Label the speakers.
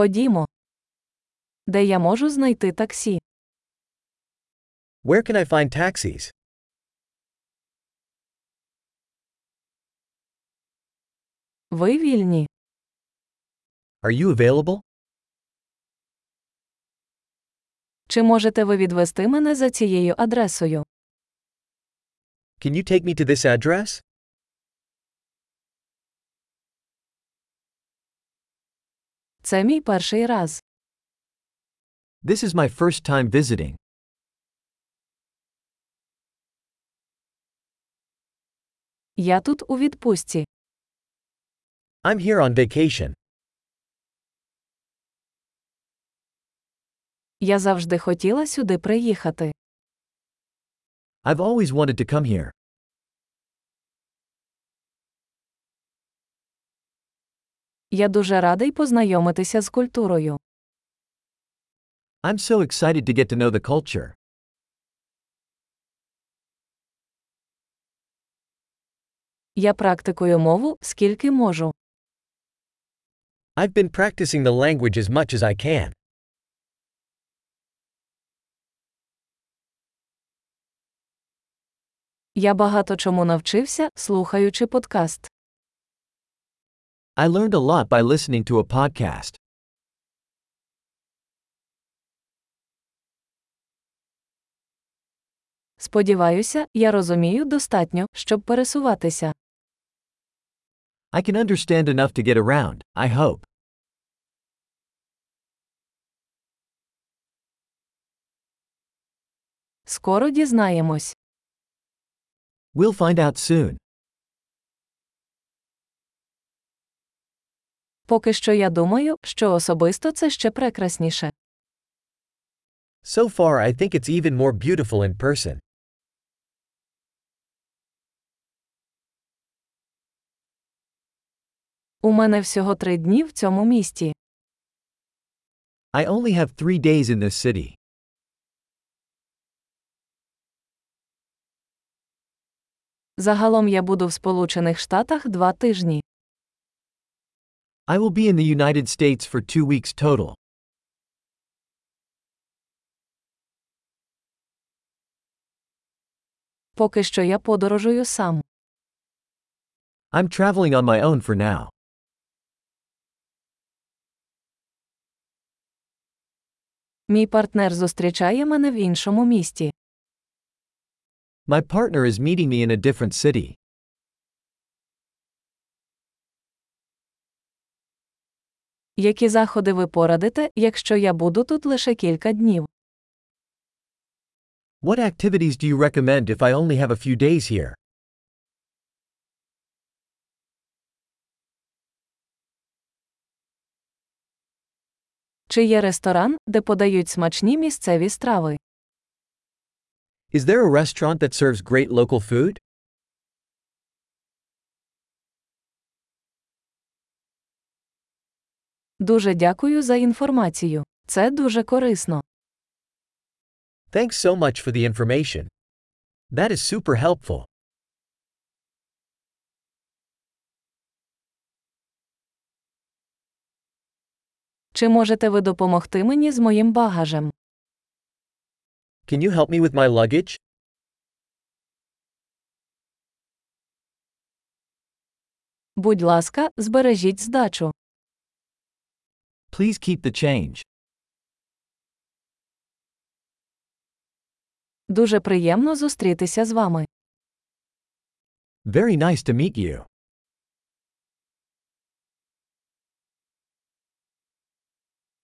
Speaker 1: Ходімо. Де я можу знайти таксі?
Speaker 2: Where can I find taxis?
Speaker 1: Ви вільні?
Speaker 2: Are you available?
Speaker 1: Чи можете ви відвести мене за цією адресою?
Speaker 2: Can you take me to this address?
Speaker 1: Це мій перший раз.
Speaker 2: This is my first time visiting.
Speaker 1: Я тут у відпустці.
Speaker 2: I'm here on vacation.
Speaker 1: Я завжди хотіла сюди приїхати.
Speaker 2: I've always wanted to come here.
Speaker 1: Я дуже радий познайомитися з культурою.
Speaker 2: I'm so excited to get to know the culture.
Speaker 1: Я практикую мову скільки можу.
Speaker 2: I've been practicing the language as much as I can.
Speaker 1: Я багато чому навчився, слухаючи подкаст.
Speaker 2: I learned a lot by listening to a podcast.
Speaker 1: Сподіваюся, я розумію достатньо, щоб пересуватися.
Speaker 2: I can understand enough to get around, I hope.
Speaker 1: Скоро дізнаємось.
Speaker 2: We'll find out soon.
Speaker 1: Поки що я думаю, що особисто це ще прекрасніше.
Speaker 2: So far, I think it's even more beautiful in person.
Speaker 1: У мене всього три дні в цьому місті.
Speaker 2: I only have three days in this city.
Speaker 1: Загалом я буду в Сполучених Штатах два тижні.
Speaker 2: I will be in the United States for two weeks total.
Speaker 1: Поки що я подорожую сам.
Speaker 2: I'm traveling on my own for now.
Speaker 1: Мій партнер зустрічає мене в іншому місті.
Speaker 2: My partner is meeting me in a different city.
Speaker 1: Які заходи ви порадите, якщо я буду тут лише кілька днів?
Speaker 2: What activities do you recommend if I only have a few days here?
Speaker 1: Чи є ресторан, де подають смачні місцеві страви?
Speaker 2: Is there a restaurant that serves great local food?
Speaker 1: Дуже дякую за інформацію. Це дуже корисно.
Speaker 2: Thanks so much for the information. That is super helpful.
Speaker 1: Чи можете ви допомогти мені з моїм багажем?
Speaker 2: Can you help me with my luggage?
Speaker 1: Будь ласка, збережіть здачу.
Speaker 2: Please keep the change.
Speaker 1: Дуже приємно зустрітися з вами.
Speaker 2: Very nice to meet you.